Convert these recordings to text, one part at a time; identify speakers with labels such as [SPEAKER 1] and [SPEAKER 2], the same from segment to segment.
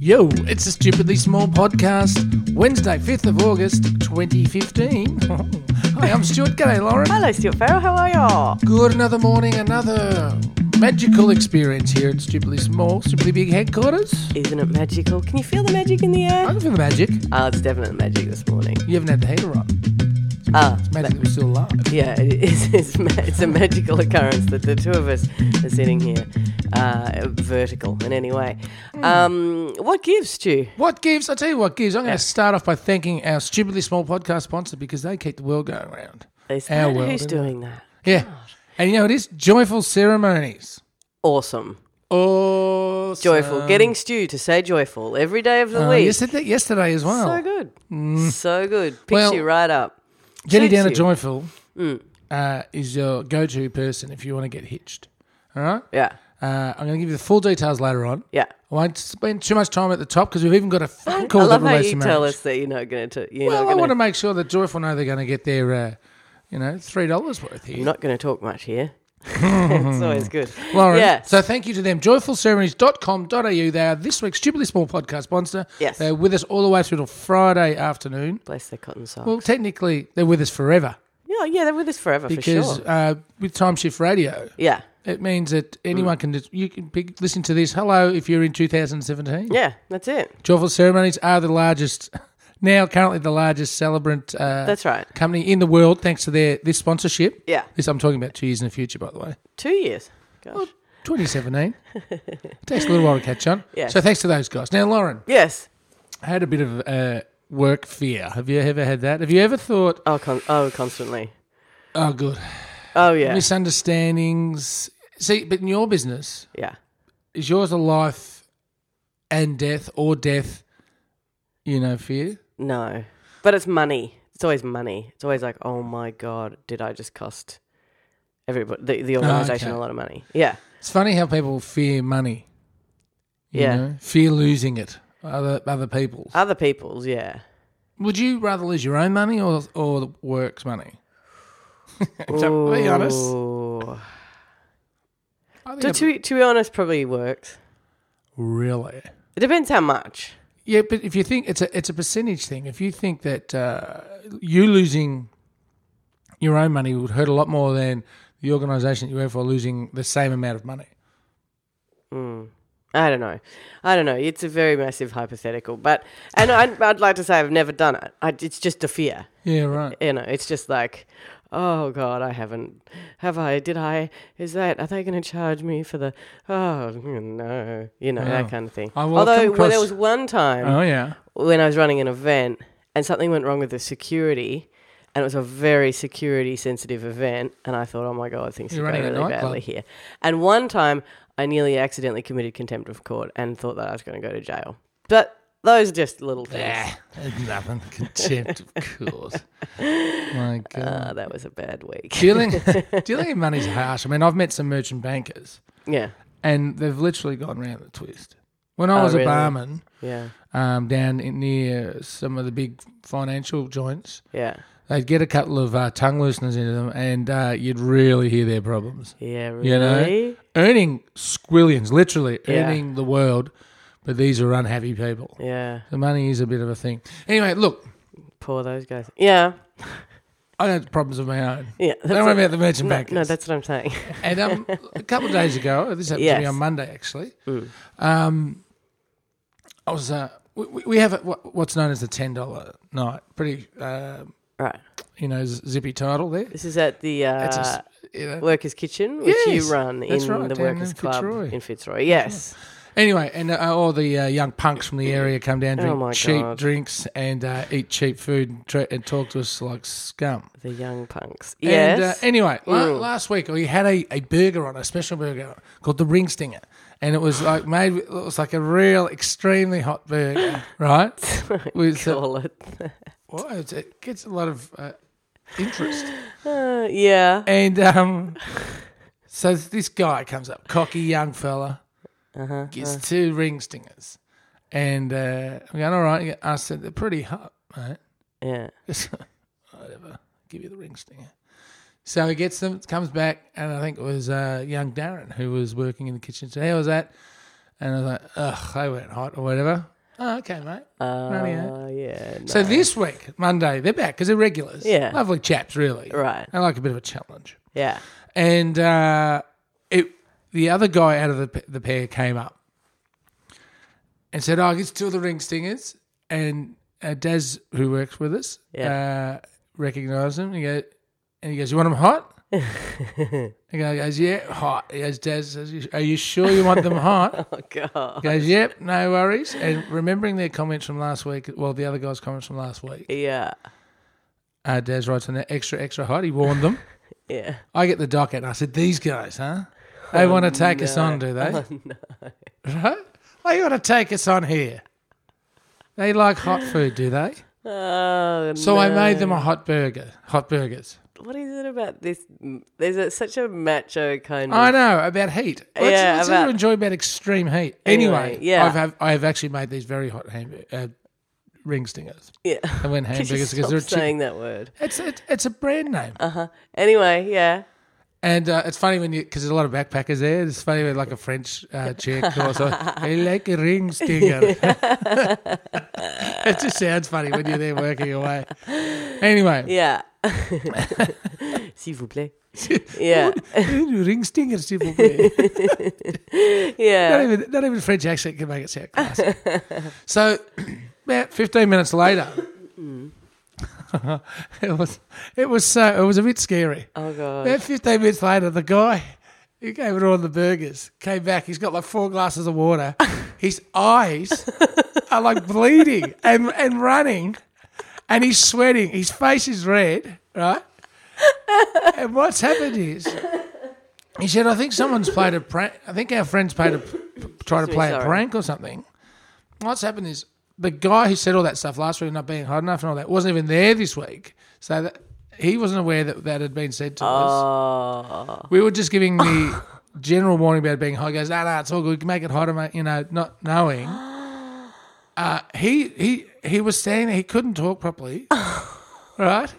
[SPEAKER 1] Yo, it's a stupidly small podcast. Wednesday, 5th of August, 2015. Hi, I'm Stuart. G'day, Lauren.
[SPEAKER 2] Hello, Stuart Farrell. How are y'all?
[SPEAKER 1] Good, another morning, another magical experience here at Stupidly Small, Stupidly Big Headquarters.
[SPEAKER 2] Isn't it magical? Can you feel the magic in the
[SPEAKER 1] I
[SPEAKER 2] air?
[SPEAKER 1] can feel the magic.
[SPEAKER 2] Oh, it's definitely magic this morning.
[SPEAKER 1] You haven't had the heater on.
[SPEAKER 2] Ah,
[SPEAKER 1] It's magic that we're still alive.
[SPEAKER 2] but- yeah, it is, it's, ma- it's a magical occurrence that the two of us are sitting here, uh, vertical in any way. Um, what gives, Stu?
[SPEAKER 1] What gives? I'll tell you what gives. I'm going to start off by thanking our Stupidly Small podcast sponsor because they keep the world going round.
[SPEAKER 2] Is
[SPEAKER 1] Our
[SPEAKER 2] that
[SPEAKER 1] world,
[SPEAKER 2] who's
[SPEAKER 1] isn't
[SPEAKER 2] doing that?
[SPEAKER 1] Yeah. And you know what it is? Joyful ceremonies.
[SPEAKER 2] Awesome.
[SPEAKER 1] Oh,
[SPEAKER 2] Joyful. Getting Stu to say joyful every day of the
[SPEAKER 1] Oh,
[SPEAKER 2] week.
[SPEAKER 1] you said that yesterday as well.
[SPEAKER 2] So good. So good. Picks
[SPEAKER 1] Mm. Well-
[SPEAKER 2] you right up.
[SPEAKER 1] Jenny
[SPEAKER 2] Suits
[SPEAKER 1] down at
[SPEAKER 2] you. Mm.
[SPEAKER 1] Joyful uh, is your go-to person if you want to get hitched. All right,
[SPEAKER 2] Yeah.
[SPEAKER 1] uh, I'm going to give you the full details later on.
[SPEAKER 2] Yeah.
[SPEAKER 1] I won't spend too much time at the top because we've even got a phone call
[SPEAKER 2] I love
[SPEAKER 1] that
[SPEAKER 2] how
[SPEAKER 1] relates
[SPEAKER 2] you
[SPEAKER 1] to
[SPEAKER 2] tell
[SPEAKER 1] marriage.
[SPEAKER 2] us that you're not going to. You're
[SPEAKER 1] well,
[SPEAKER 2] not
[SPEAKER 1] I
[SPEAKER 2] gonna,
[SPEAKER 1] want to make sure that Joyful know they're going to get their, uh, you know, three dollars worth here.
[SPEAKER 2] I'm not going to talk much here. it's always good.
[SPEAKER 1] Lauren,
[SPEAKER 2] yeah.
[SPEAKER 1] so thank you to them. Joyfulceremonies.com.au. They are this week's stupidly small podcast sponsor.
[SPEAKER 2] Yes.
[SPEAKER 1] they're with us all the way through till Friday afternoon.
[SPEAKER 2] Bless their cotton socks.
[SPEAKER 1] Well, technically, they're with us forever
[SPEAKER 2] yeah, yeah, they're with us forever for
[SPEAKER 1] because
[SPEAKER 2] sure.
[SPEAKER 1] uh, with Time Shift Radio,
[SPEAKER 2] Yeah,
[SPEAKER 1] It means that
[SPEAKER 2] Mm.
[SPEAKER 1] anyone can just, you can pick, listen to this. Hello, if you're in 2017.
[SPEAKER 2] yeah, that's it.
[SPEAKER 1] Joyful ceremonies are the largest, now currently the largest celebrant uh,
[SPEAKER 2] That's right.
[SPEAKER 1] company in the world, thanks to their this sponsorship.
[SPEAKER 2] Yeah,
[SPEAKER 1] This I'm talking about two years in the future, by the way.
[SPEAKER 2] two years. Gosh.
[SPEAKER 1] 2017. takes a little while to catch on.
[SPEAKER 2] Yes.
[SPEAKER 1] So thanks to those guys. Now, Lauren,
[SPEAKER 2] Yes.
[SPEAKER 1] I had a bit of uh, work fear. Have you ever had that? Have you ever thought,
[SPEAKER 2] Oh, con- oh, constantly.
[SPEAKER 1] oh, good,
[SPEAKER 2] Oh, yeah,
[SPEAKER 1] misunderstandings? See, but in your business,
[SPEAKER 2] yeah.
[SPEAKER 1] is yours a life and death or death you know fear
[SPEAKER 2] No, but it's money. It's always money. It's always like, oh my god, did I just cost everybody the, the organization
[SPEAKER 1] Ah, okay.
[SPEAKER 2] a lot of money? Yeah,
[SPEAKER 1] it's funny how people fear money you
[SPEAKER 2] Yeah.
[SPEAKER 1] know? fear losing it other other people's
[SPEAKER 2] other people's. Yeah.
[SPEAKER 1] would you rather lose your own money or or the work's money So, be honest
[SPEAKER 2] Ooh.
[SPEAKER 1] I think
[SPEAKER 2] To,
[SPEAKER 1] I'd-
[SPEAKER 2] to, to be honest, probably works.
[SPEAKER 1] really
[SPEAKER 2] It depends how much.
[SPEAKER 1] yeah but if you think it's a it's a percentage thing if you think that uh, you losing your own money would hurt a lot more than the organization that you work for losing the same amount of money
[SPEAKER 2] I don't know. I don't know. It's a very massive hypothetical, but and I'd, I'd like to say I've never done it. I, it's just a fear,
[SPEAKER 1] yeah right
[SPEAKER 2] you know. It's just like, oh god, I haven't. Have I? Did I? Is that? Are they going to charge me for the? Oh no, you know
[SPEAKER 1] Oh.
[SPEAKER 2] that kind of thing.
[SPEAKER 1] I will
[SPEAKER 2] Although
[SPEAKER 1] come
[SPEAKER 2] well, there
[SPEAKER 1] across-
[SPEAKER 2] was one time
[SPEAKER 1] oh yeah
[SPEAKER 2] when I was running an event and something went wrong with the security. And it was a very security sensitive event. And I thought, oh my God, things
[SPEAKER 1] You're
[SPEAKER 2] are going
[SPEAKER 1] running a
[SPEAKER 2] really
[SPEAKER 1] nightclub.
[SPEAKER 2] badly here. And one time I nearly accidentally committed contempt of court and thought that I was going to go to jail. But those are just little things.
[SPEAKER 1] Ah, nothing. Contempt, of course. My God.
[SPEAKER 2] Ah, that was a bad week.
[SPEAKER 1] Dealing, dealing in money's harsh. I mean, I've met some merchant bankers
[SPEAKER 2] Yeah.
[SPEAKER 1] and they've literally gone round the twist. When I
[SPEAKER 2] Oh,
[SPEAKER 1] was a
[SPEAKER 2] really?
[SPEAKER 1] barman
[SPEAKER 2] Yeah.
[SPEAKER 1] um, down in near some of the big financial joints,
[SPEAKER 2] Yeah.
[SPEAKER 1] they'd get a couple of uh, tongue looseners into them and uh, you'd really hear their problems.
[SPEAKER 2] Yeah. Really?
[SPEAKER 1] You know? Earning squillions, literally
[SPEAKER 2] Yeah.
[SPEAKER 1] earning the world, but these are unhappy people.
[SPEAKER 2] Yeah.
[SPEAKER 1] The money is a bit of a thing. Anyway, look,
[SPEAKER 2] Poor those guys. Yeah.
[SPEAKER 1] I had problems of my own.
[SPEAKER 2] Yeah.
[SPEAKER 1] Don't
[SPEAKER 2] that's
[SPEAKER 1] worry
[SPEAKER 2] it.
[SPEAKER 1] about the merchant
[SPEAKER 2] no,
[SPEAKER 1] bankers.
[SPEAKER 2] no, that's what I'm saying.
[SPEAKER 1] and um, a couple of days ago, this happened to me
[SPEAKER 2] Yes.
[SPEAKER 1] on Monday actually.
[SPEAKER 2] Mm.
[SPEAKER 1] Um, I was uh, we- we, we have a, what- what's known as the ten dollar night. Pretty uh,
[SPEAKER 2] right.
[SPEAKER 1] you know z- zippy title there.
[SPEAKER 2] This is at the. Uh,
[SPEAKER 1] It's a s- you know.
[SPEAKER 2] Workers' Kitchen, which
[SPEAKER 1] Yes,
[SPEAKER 2] you run
[SPEAKER 1] that's
[SPEAKER 2] in
[SPEAKER 1] right,
[SPEAKER 2] the
[SPEAKER 1] down
[SPEAKER 2] Workers'
[SPEAKER 1] in
[SPEAKER 2] Club
[SPEAKER 1] Fitzroy.
[SPEAKER 2] in Fitzroy. Yes.
[SPEAKER 1] Anyway, and uh, all the uh, young punks from the area come down,
[SPEAKER 2] Oh
[SPEAKER 1] drink
[SPEAKER 2] my
[SPEAKER 1] cheap
[SPEAKER 2] God.
[SPEAKER 1] drinks, and uh, eat cheap food, and, tra- and talk to us like scum.
[SPEAKER 2] The young punks.
[SPEAKER 1] And uh,
[SPEAKER 2] Yes.
[SPEAKER 1] anyway, la-
[SPEAKER 2] Mm.
[SPEAKER 1] last week we had a, a burger on, a special burger called the Ring Stinger. And it was like made, with- it was like a real extremely hot burger, right? With, uh,
[SPEAKER 2] Call it.
[SPEAKER 1] well, it's- it gets a lot of uh, interest.
[SPEAKER 2] Uh, yeah.
[SPEAKER 1] And um, so this guy comes up, cocky young fella,
[SPEAKER 2] Uh-huh, uh,
[SPEAKER 1] gets two Ring Stingers. And uh, I'm going, all right. I said, they're pretty hot, mate.
[SPEAKER 2] Yeah.
[SPEAKER 1] Just, whatever. Give you the ring stinger. So he gets them, comes back, and I think it was uh, young Darren who was working in the kitchen. So how was that? And I was like, ugh, they weren't hot or whatever. Oh, okay, mate.
[SPEAKER 2] Uh,
[SPEAKER 1] Rightio.
[SPEAKER 2] yeah.
[SPEAKER 1] Oh, So
[SPEAKER 2] no.
[SPEAKER 1] this week, Monday, they're back because they're regulars.
[SPEAKER 2] Yeah.
[SPEAKER 1] Lovely chaps, really.
[SPEAKER 2] Right.
[SPEAKER 1] I like a bit of a challenge.
[SPEAKER 2] Yeah.
[SPEAKER 1] And uh, it, the other guy out of the, p- the pair came up and said, oh, it's two of the ring stingers. And uh, Daz, who works with us, uh, recognised him. He goes, and he goes, you want them hot? He goes, yeah, hot. He goes, Daz, says, are you sure you want them hot?
[SPEAKER 2] Oh god.
[SPEAKER 1] Goes, yep, no worries. And remembering their comments from last week, well, the other guy's comments from last week,
[SPEAKER 2] Yeah.
[SPEAKER 1] uh, Daz writes on there, extra, extra hot. He warned them.
[SPEAKER 2] Yeah.
[SPEAKER 1] I get the docket and I said, these guys, huh? They want
[SPEAKER 2] Oh,
[SPEAKER 1] to take us on, do they? Right? They want to take us on here. They like hot food, do they?
[SPEAKER 2] Oh
[SPEAKER 1] So
[SPEAKER 2] no.
[SPEAKER 1] I made them a hot burger, hot burgers.
[SPEAKER 2] What is it about this? There's a, such a macho kind of.
[SPEAKER 1] I know about heat. What's,
[SPEAKER 2] Yeah,
[SPEAKER 1] what's there
[SPEAKER 2] about-
[SPEAKER 1] to enjoy about extreme heat? Anyway,
[SPEAKER 2] Anyway, yeah.
[SPEAKER 1] I've have, I've actually made these very hot ham, uh, ring stingers.
[SPEAKER 2] yeah.
[SPEAKER 1] I went
[SPEAKER 2] Could you
[SPEAKER 1] hamburgers because
[SPEAKER 2] stop
[SPEAKER 1] they're a chick-
[SPEAKER 2] saying that word.
[SPEAKER 1] it's, it's it's a brand name.
[SPEAKER 2] Anyway, yeah.
[SPEAKER 1] And uh, it's funny when you because there's a lot of backpackers there. It's funny when like a French uh, chick or so. I like a ring stinger. it just sounds funny when you're there working away. Anyway,
[SPEAKER 2] Yeah. S'il vous plaît. Yeah.
[SPEAKER 1] ring stinger, s'il vous plaît. not
[SPEAKER 2] Yeah.
[SPEAKER 1] even not even French accent can make it sound classy. so about fifteen minutes later, it was it was so it was a bit scary.
[SPEAKER 2] Oh god.
[SPEAKER 1] About 15 minutes later, the guy who gave it all the burgers came back. He's got like four glasses of water. His eyes are like bleeding and, and running, and he's sweating. His face is red, right? And what's happened is he said, I think someone's played a prank. I think our friends played a, tried to
[SPEAKER 2] me,
[SPEAKER 1] play a
[SPEAKER 2] sorry.
[SPEAKER 1] prank or something. What's happened is the guy who said all that stuff last week, not being hot enough and all that, wasn't even there this week. So that, he wasn't aware that that had been said to us.
[SPEAKER 2] Oh.
[SPEAKER 1] We were just giving the general warning about being hot. He goes, no, no, it's all good. Make it hotter, mate. You know, not knowing. Uh, he he he was standing. there. He couldn't talk properly. right.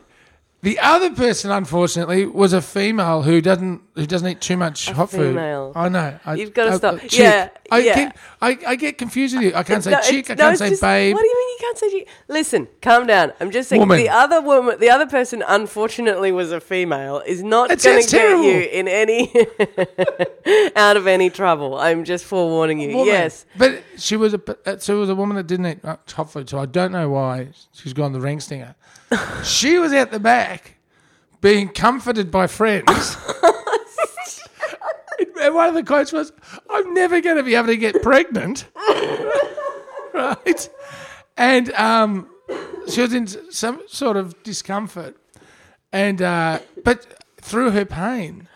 [SPEAKER 1] The other person, unfortunately, was a female who doesn't who doesn't eat too much hot
[SPEAKER 2] female.
[SPEAKER 1] food. I know. I,
[SPEAKER 2] You've gotta
[SPEAKER 1] I-
[SPEAKER 2] stop.
[SPEAKER 1] chick.
[SPEAKER 2] Yeah,
[SPEAKER 1] I,
[SPEAKER 2] yeah.
[SPEAKER 1] Keep, I I get confused with you. I can't say
[SPEAKER 2] No,
[SPEAKER 1] chick.
[SPEAKER 2] it's-
[SPEAKER 1] I
[SPEAKER 2] no,
[SPEAKER 1] can't
[SPEAKER 2] it's
[SPEAKER 1] say
[SPEAKER 2] just-
[SPEAKER 1] babe.
[SPEAKER 2] What do you mean you can't say chick? Listen, calm down. I'm just saying
[SPEAKER 1] Woman.
[SPEAKER 2] the other woman, the other person, unfortunately, was a female. Is not
[SPEAKER 1] That
[SPEAKER 2] going
[SPEAKER 1] sounds
[SPEAKER 2] to get
[SPEAKER 1] terrible.
[SPEAKER 2] you in any out of any trouble. I'm just forewarning you.
[SPEAKER 1] woman.
[SPEAKER 2] Yes.
[SPEAKER 1] but she was a but, uh, she was a woman that didn't eat much hot food, so I don't know why she's gone the ring stinger. she was out the back being comforted by friends. and one of the quotes was, "I'm never going to be able to get pregnant," right? And um, she was in s- some sort of discomfort, and uh, but through her pain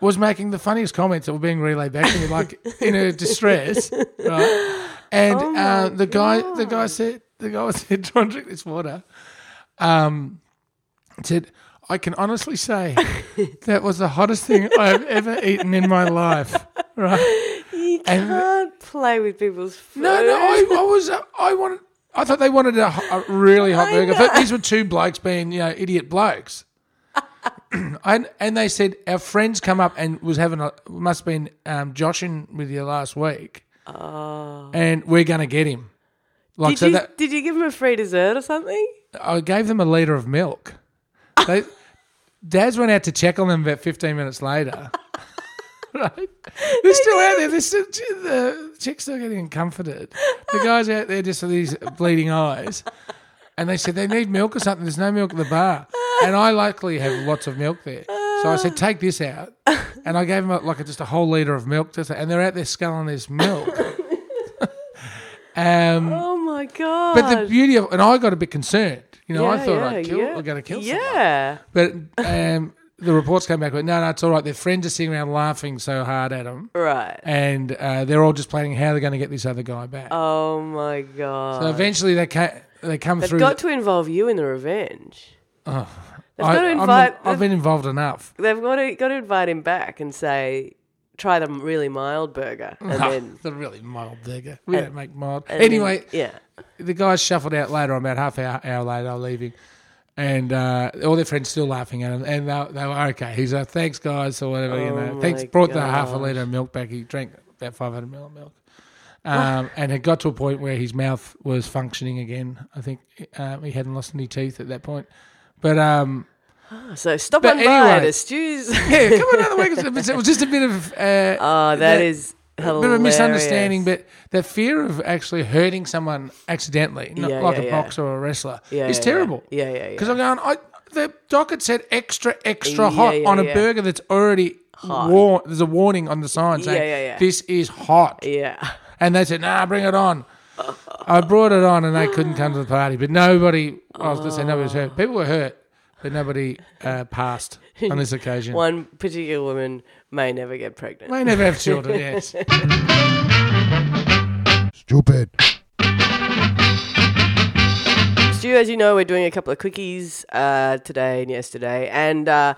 [SPEAKER 1] was making the funniest comments that were being relayed back to me, like in her distress. Right? And uh, the guy, the guy said, the guy said, "Try and drink this water." Um, said, "I can honestly say that was the hottest thing I've ever eaten in my life." Right?
[SPEAKER 2] You
[SPEAKER 1] And-
[SPEAKER 2] can't play with people's food.
[SPEAKER 1] No, no, I, I was, uh, I wanted. I thought they wanted a, ho- a really hot burger, but these were two blokes being, you know, idiot blokes. and, and they said our friends come up and was having a must have been um, joshing with you last week, and we're gonna get him. Like Oh, so
[SPEAKER 2] Oh. Did you
[SPEAKER 1] that
[SPEAKER 2] did you give him a free dessert or something?
[SPEAKER 1] I gave them a liter of milk. They, Daz went out to check on them about 15 minutes later. right? They're still out there. They're still, the chick's still getting comforted. The guy's out there just with these bleeding eyes. And they said they need milk or something. There's no milk at the bar. And I luckily have lots of milk there. So I said, take this out. And I gave them like just a whole liter of milk. Just, and they're out there sculling this milk. um,
[SPEAKER 2] Oh my god!
[SPEAKER 1] but the beauty of and I got a bit concerned. You know, I
[SPEAKER 2] Yeah,
[SPEAKER 1] thought
[SPEAKER 2] yeah,
[SPEAKER 1] I'd kill
[SPEAKER 2] yeah.
[SPEAKER 1] we're gonna kill someone.
[SPEAKER 2] yeah.
[SPEAKER 1] But um, the reports came back with no, no, it's all right. Their friends are sitting around laughing so hard at them,
[SPEAKER 2] Right.
[SPEAKER 1] and uh, they're all just planning how they're going to get this other guy back.
[SPEAKER 2] Oh my god!
[SPEAKER 1] so eventually they ca- they come
[SPEAKER 2] They've
[SPEAKER 1] through.
[SPEAKER 2] got
[SPEAKER 1] the-
[SPEAKER 2] to involve you in the revenge. They've
[SPEAKER 1] I,
[SPEAKER 2] got to
[SPEAKER 1] I'm-
[SPEAKER 2] invite.
[SPEAKER 1] I've been involved enough.
[SPEAKER 2] they've got to got to invite him back and say, try the really mild burger, and then
[SPEAKER 1] the really mild digger. We don't make mild.
[SPEAKER 2] and then-
[SPEAKER 1] Anyway,
[SPEAKER 2] yeah.
[SPEAKER 1] the guys shuffled out later, about half hour, hour later, they were leaving. And uh, all their friends still laughing at him. And they, they were okay. He's like, thanks, guys, or whatever, you
[SPEAKER 2] Oh
[SPEAKER 1] know.
[SPEAKER 2] my
[SPEAKER 1] Thanks. Brought the half a
[SPEAKER 2] gosh.
[SPEAKER 1] litre of milk back. He drank about 500 ml of milk.
[SPEAKER 2] Ah.
[SPEAKER 1] Um, and it got to a point where his mouth was functioning again. I think um, he hadn't lost any teeth at that point. But um,
[SPEAKER 2] So stop
[SPEAKER 1] But
[SPEAKER 2] on by
[SPEAKER 1] anyway.
[SPEAKER 2] to Stu's.
[SPEAKER 1] yeah, come on down the way. It was just a bit of uh,
[SPEAKER 2] oh, that is
[SPEAKER 1] a
[SPEAKER 2] hilarious.
[SPEAKER 1] bit of a misunderstanding, but that fear of actually hurting someone accidentally, not
[SPEAKER 2] Yeah,
[SPEAKER 1] like
[SPEAKER 2] yeah,
[SPEAKER 1] a
[SPEAKER 2] yeah.
[SPEAKER 1] boxer or a wrestler,
[SPEAKER 2] Yeah,
[SPEAKER 1] is
[SPEAKER 2] yeah,
[SPEAKER 1] terrible.
[SPEAKER 2] Yeah, yeah, yeah.
[SPEAKER 1] Because I'm going, I, the docket said extra, extra
[SPEAKER 2] Yeah,
[SPEAKER 1] hot
[SPEAKER 2] yeah,
[SPEAKER 1] on a
[SPEAKER 2] yeah.
[SPEAKER 1] burger that's already
[SPEAKER 2] Hot.
[SPEAKER 1] warm. There's a warning on the sign saying,
[SPEAKER 2] yeah, yeah.
[SPEAKER 1] this is hot.
[SPEAKER 2] yeah.
[SPEAKER 1] And they said, nah, bring it on. I brought it on and they couldn't come to the party. But nobody, I was going to say, nobody was hurt. People were hurt, but nobody uh, passed on this occasion.
[SPEAKER 2] One particular woman may never get pregnant.
[SPEAKER 1] May never have children, yes.
[SPEAKER 3] Stupid.
[SPEAKER 2] Stu, as you know, we're doing a couple of quickies uh, today and yesterday, and uh,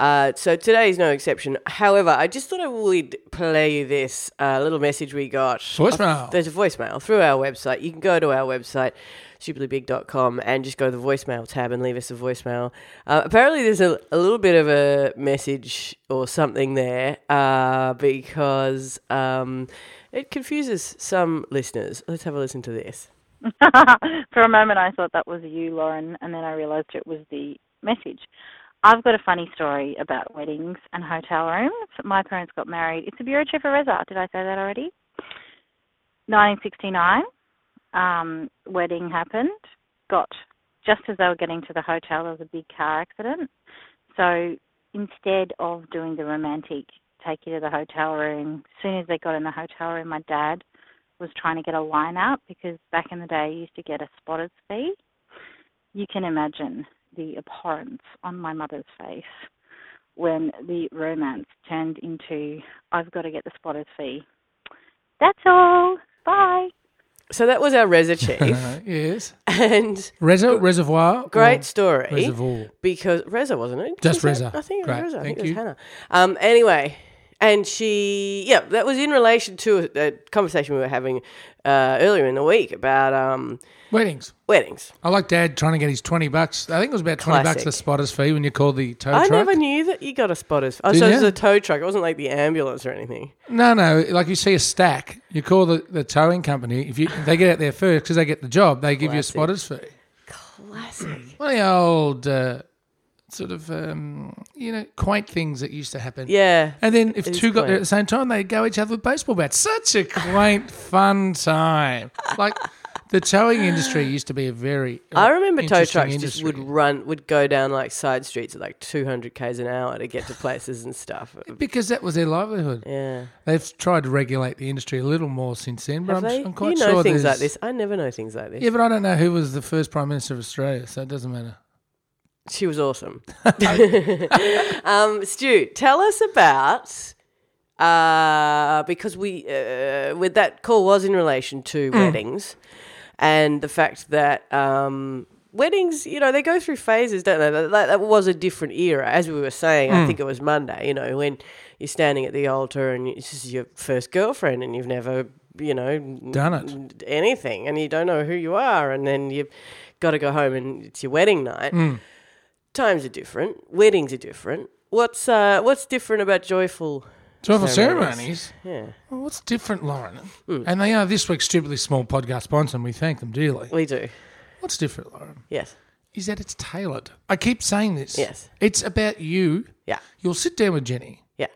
[SPEAKER 2] uh, so today is no exception. However, I just thought I would play you this uh, little message we got.
[SPEAKER 1] Voicemail.
[SPEAKER 2] There's a voicemail through our website. You can go to our website, stupidlybig.com, and just go to the voicemail tab and leave us a voicemail. Uh, apparently, there's a, a little bit of a message or something there uh, because um, it confuses some listeners. Let's have a listen to this.
[SPEAKER 4] For a moment, I thought that was you, Lauren, and then I realised it was the message. I've got a funny story about weddings and hotel rooms. My parents got married. It's a Bureau Chief Reza. Did I say that already? 1969. Um, wedding happened. Got just as they were getting to the hotel, there was a big car accident. So instead of doing the romantic, take you to the hotel room. As soon as they got in the hotel room, my dad was trying to get a line up because back in the day you used to get a spotter's fee. You can imagine the abhorrence on my mother's face when the romance turned into I've got to get the spotter's fee. That's all. Bye.
[SPEAKER 2] So that was our Reza Chief.
[SPEAKER 1] Uh, yes.
[SPEAKER 2] and
[SPEAKER 1] Reser- reservoir. or
[SPEAKER 2] great story.
[SPEAKER 1] Reservoir.
[SPEAKER 2] Because Reza wasn't it?
[SPEAKER 1] Just
[SPEAKER 2] Was it?
[SPEAKER 1] Reza.
[SPEAKER 2] I think it
[SPEAKER 1] Great.
[SPEAKER 2] was Reza. I
[SPEAKER 1] Thank
[SPEAKER 2] think it was
[SPEAKER 1] you.
[SPEAKER 2] Hannah. Um, anyway, and she, yeah, that was in relation to a, a conversation we were having uh, earlier in the week about um,
[SPEAKER 1] Weddings.
[SPEAKER 2] weddings.
[SPEAKER 1] I like Dad trying to get his twenty bucks. I think it was about twenty bucks the
[SPEAKER 2] Classic.
[SPEAKER 1] spotter's fee when you called the tow
[SPEAKER 2] I
[SPEAKER 1] truck.
[SPEAKER 2] never knew that you got a spotter's. Oh,
[SPEAKER 1] Did
[SPEAKER 2] so it
[SPEAKER 1] ya?
[SPEAKER 2] was a tow truck. It wasn't like the ambulance or anything.
[SPEAKER 1] No, no. Like you see a stack, you call the, the towing company. If you if they get out there first because they get the job, they give you a
[SPEAKER 2] Classic.
[SPEAKER 1] spotter's fee.
[SPEAKER 2] Classic.
[SPEAKER 1] One of the old uh, sort of um, you know quaint things that used to happen.
[SPEAKER 2] Yeah.
[SPEAKER 1] And then if
[SPEAKER 2] It is
[SPEAKER 1] two got there
[SPEAKER 2] quaint.
[SPEAKER 1] at the same time, they'd go each other with baseball bats. Such a quaint, fun time. Like the towing industry used to be a very. uh,
[SPEAKER 2] I remember tow
[SPEAKER 1] interesting
[SPEAKER 2] trucks just would
[SPEAKER 1] industry.
[SPEAKER 2] run, would go down like side streets at like 200 k's an hour to get to places and stuff.
[SPEAKER 1] because that was their livelihood.
[SPEAKER 2] Yeah.
[SPEAKER 1] They've tried to regulate the industry a little more since then, but
[SPEAKER 2] Have
[SPEAKER 1] I'm,
[SPEAKER 2] they?
[SPEAKER 1] I'm quite
[SPEAKER 2] you know
[SPEAKER 1] sure
[SPEAKER 2] things
[SPEAKER 1] there's-
[SPEAKER 2] like this. I never know things like this.
[SPEAKER 1] Yeah, but I don't know who was the first Prime Minister of Australia, so it doesn't matter.
[SPEAKER 2] She was awesome. um, Stu, tell us about uh, because we uh, with that call was in relation
[SPEAKER 1] Mm.
[SPEAKER 2] to weddings and the fact that um, weddings, you know, they go through phases, don't they? That, that- that was a different era, as we were saying.
[SPEAKER 1] Mm.
[SPEAKER 2] I think it was Monday. You know, when you're standing at the altar and this is your first girlfriend and you've never, you know,
[SPEAKER 1] Done it.
[SPEAKER 2] anything and you don't know who you are and then you've got to go home and it's your wedding night
[SPEAKER 1] Mm.
[SPEAKER 2] times are different weddings are different what's uh what's different about joyful
[SPEAKER 1] Joyful ceremonies.
[SPEAKER 2] Ceremonies. yeah Hmm.
[SPEAKER 1] Well, what's different, Lauren? And they are this week's stupidly small podcast sponsor, and we thank them dearly.
[SPEAKER 2] we do
[SPEAKER 1] What's different, Lauren,
[SPEAKER 2] yes
[SPEAKER 1] is that it's tailored. I keep saying this.
[SPEAKER 2] Yes.
[SPEAKER 1] It's about you.
[SPEAKER 2] yeah
[SPEAKER 1] You'll sit down with Jenny
[SPEAKER 2] yeah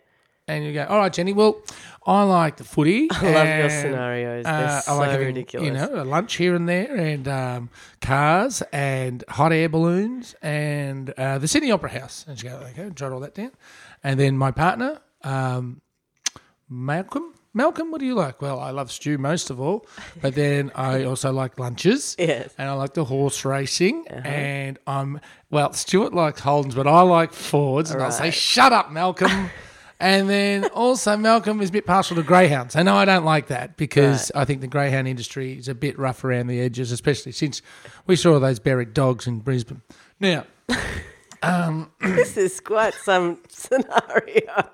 [SPEAKER 1] and you go, all right, Jenny, well, I like the footy.
[SPEAKER 2] I love your
[SPEAKER 1] and,
[SPEAKER 2] scenarios. They're
[SPEAKER 1] uh, I
[SPEAKER 2] so
[SPEAKER 1] like having,
[SPEAKER 2] ridiculous.
[SPEAKER 1] You know, a lunch here and there, and um, cars, and hot air balloons, and uh, the Sydney Opera House. And she goes, okay, jot all that down. And then my partner, um, Malcolm. Malcolm, what do you like? Well, I love stew most of all, but then I also like lunches.
[SPEAKER 2] Yes.
[SPEAKER 1] And I like the horse racing. And I'm, well, Stuart likes Holdens, but I like Fords. And I'll say, shut up, Malcolm. and then also, Malcolm is a bit partial to Greyhounds. I know I don't like that because I think the Greyhound industry is a bit rough around the edges, especially since we saw those buried dogs in Brisbane. Now,
[SPEAKER 2] this is quite some scenario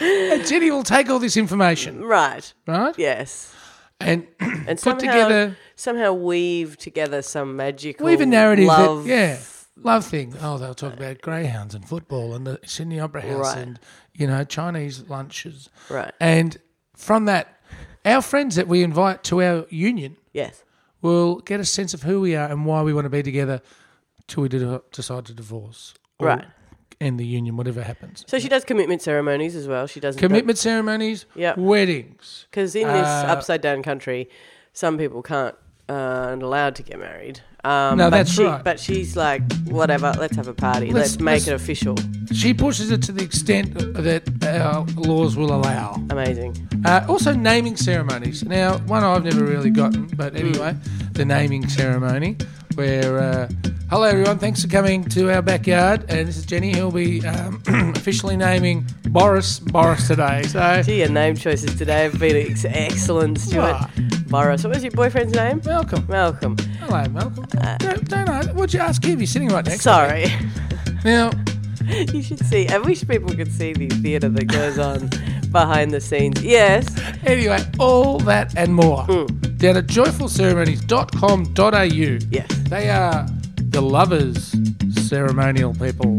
[SPEAKER 1] Jenny will take all this information,
[SPEAKER 2] right
[SPEAKER 1] right?
[SPEAKER 2] yes
[SPEAKER 1] And,
[SPEAKER 2] and
[SPEAKER 1] put
[SPEAKER 2] somehow
[SPEAKER 1] together.
[SPEAKER 2] somehow weave together some magical
[SPEAKER 1] Weave a narrative
[SPEAKER 2] love
[SPEAKER 1] that yeah, love thing. Oh, they'll talk about greyhounds and football and the Sydney Opera House
[SPEAKER 2] Right.
[SPEAKER 1] and you know Chinese lunches.
[SPEAKER 2] Right.
[SPEAKER 1] And from that, Our friends that we invite to our union
[SPEAKER 2] Yes.
[SPEAKER 1] will get a sense of who we are and why we want to be together till we de- decide to divorce. or
[SPEAKER 2] Right.
[SPEAKER 1] End the union, whatever happens.
[SPEAKER 2] So she does commitment ceremonies as well. She doesn't
[SPEAKER 1] Commitment ceremonies,
[SPEAKER 2] Yep.
[SPEAKER 1] weddings.
[SPEAKER 2] because in this
[SPEAKER 1] Uh,
[SPEAKER 2] upside down country, some people can't uh, aren't allowed to get married. Um,
[SPEAKER 1] No,
[SPEAKER 2] but
[SPEAKER 1] that's
[SPEAKER 2] she,
[SPEAKER 1] right.
[SPEAKER 2] But she's like, whatever. Let's have a party. Let's,
[SPEAKER 1] Let's-
[SPEAKER 2] make
[SPEAKER 1] let's-
[SPEAKER 2] it official.
[SPEAKER 1] She pushes it to the extent that our laws will allow.
[SPEAKER 2] Amazing.
[SPEAKER 1] Uh, also, naming ceremonies. Now, one I've never really gotten, but anyway, the naming ceremony where, uh, hello everyone, thanks for coming to our backyard. And this is Jenny, who'll be um, officially naming Boris Boris today. So,
[SPEAKER 2] Gee, your name choices today have been ex- excellent, Stuart.
[SPEAKER 1] Ah.
[SPEAKER 2] Boris. What was your boyfriend's name?
[SPEAKER 1] Malcolm.
[SPEAKER 2] Malcolm.
[SPEAKER 1] Hello, Malcolm. don't, don't know. What'd you ask him? He's sitting right next
[SPEAKER 2] Sorry.
[SPEAKER 1] to me. Now,
[SPEAKER 2] you should see. I wish people could see the theatre that goes on behind the scenes. Yes.
[SPEAKER 1] anyway, all that and more down at joyfulceremonies.com.au.
[SPEAKER 2] Yes.
[SPEAKER 1] They are the lovers' ceremonial people.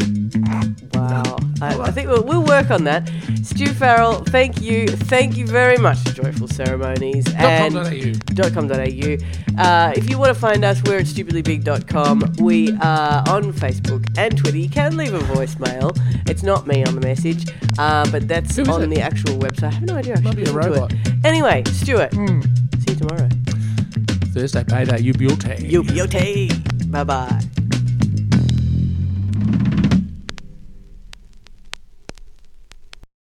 [SPEAKER 2] Wow. I, I think we'll, we'll work on that. Stu Farrell, thank you. Thank you very much to Joyful Ceremonies and
[SPEAKER 1] .com.au.
[SPEAKER 2] .com.au. Uh, if you want to find us, we're at stupidlybig.com. We are on Facebook and Twitter. You can leave a voicemail. It's not me on the message, uh, but that's
[SPEAKER 1] Who is
[SPEAKER 2] on
[SPEAKER 1] it?
[SPEAKER 2] the actual website. I have no idea. I should
[SPEAKER 1] be a
[SPEAKER 2] look into
[SPEAKER 1] robot. Hmm.
[SPEAKER 2] It. Anyway, Stuart, see you tomorrow.
[SPEAKER 1] Thursday payday, you beauty.
[SPEAKER 2] Yo, yo, Bye bye.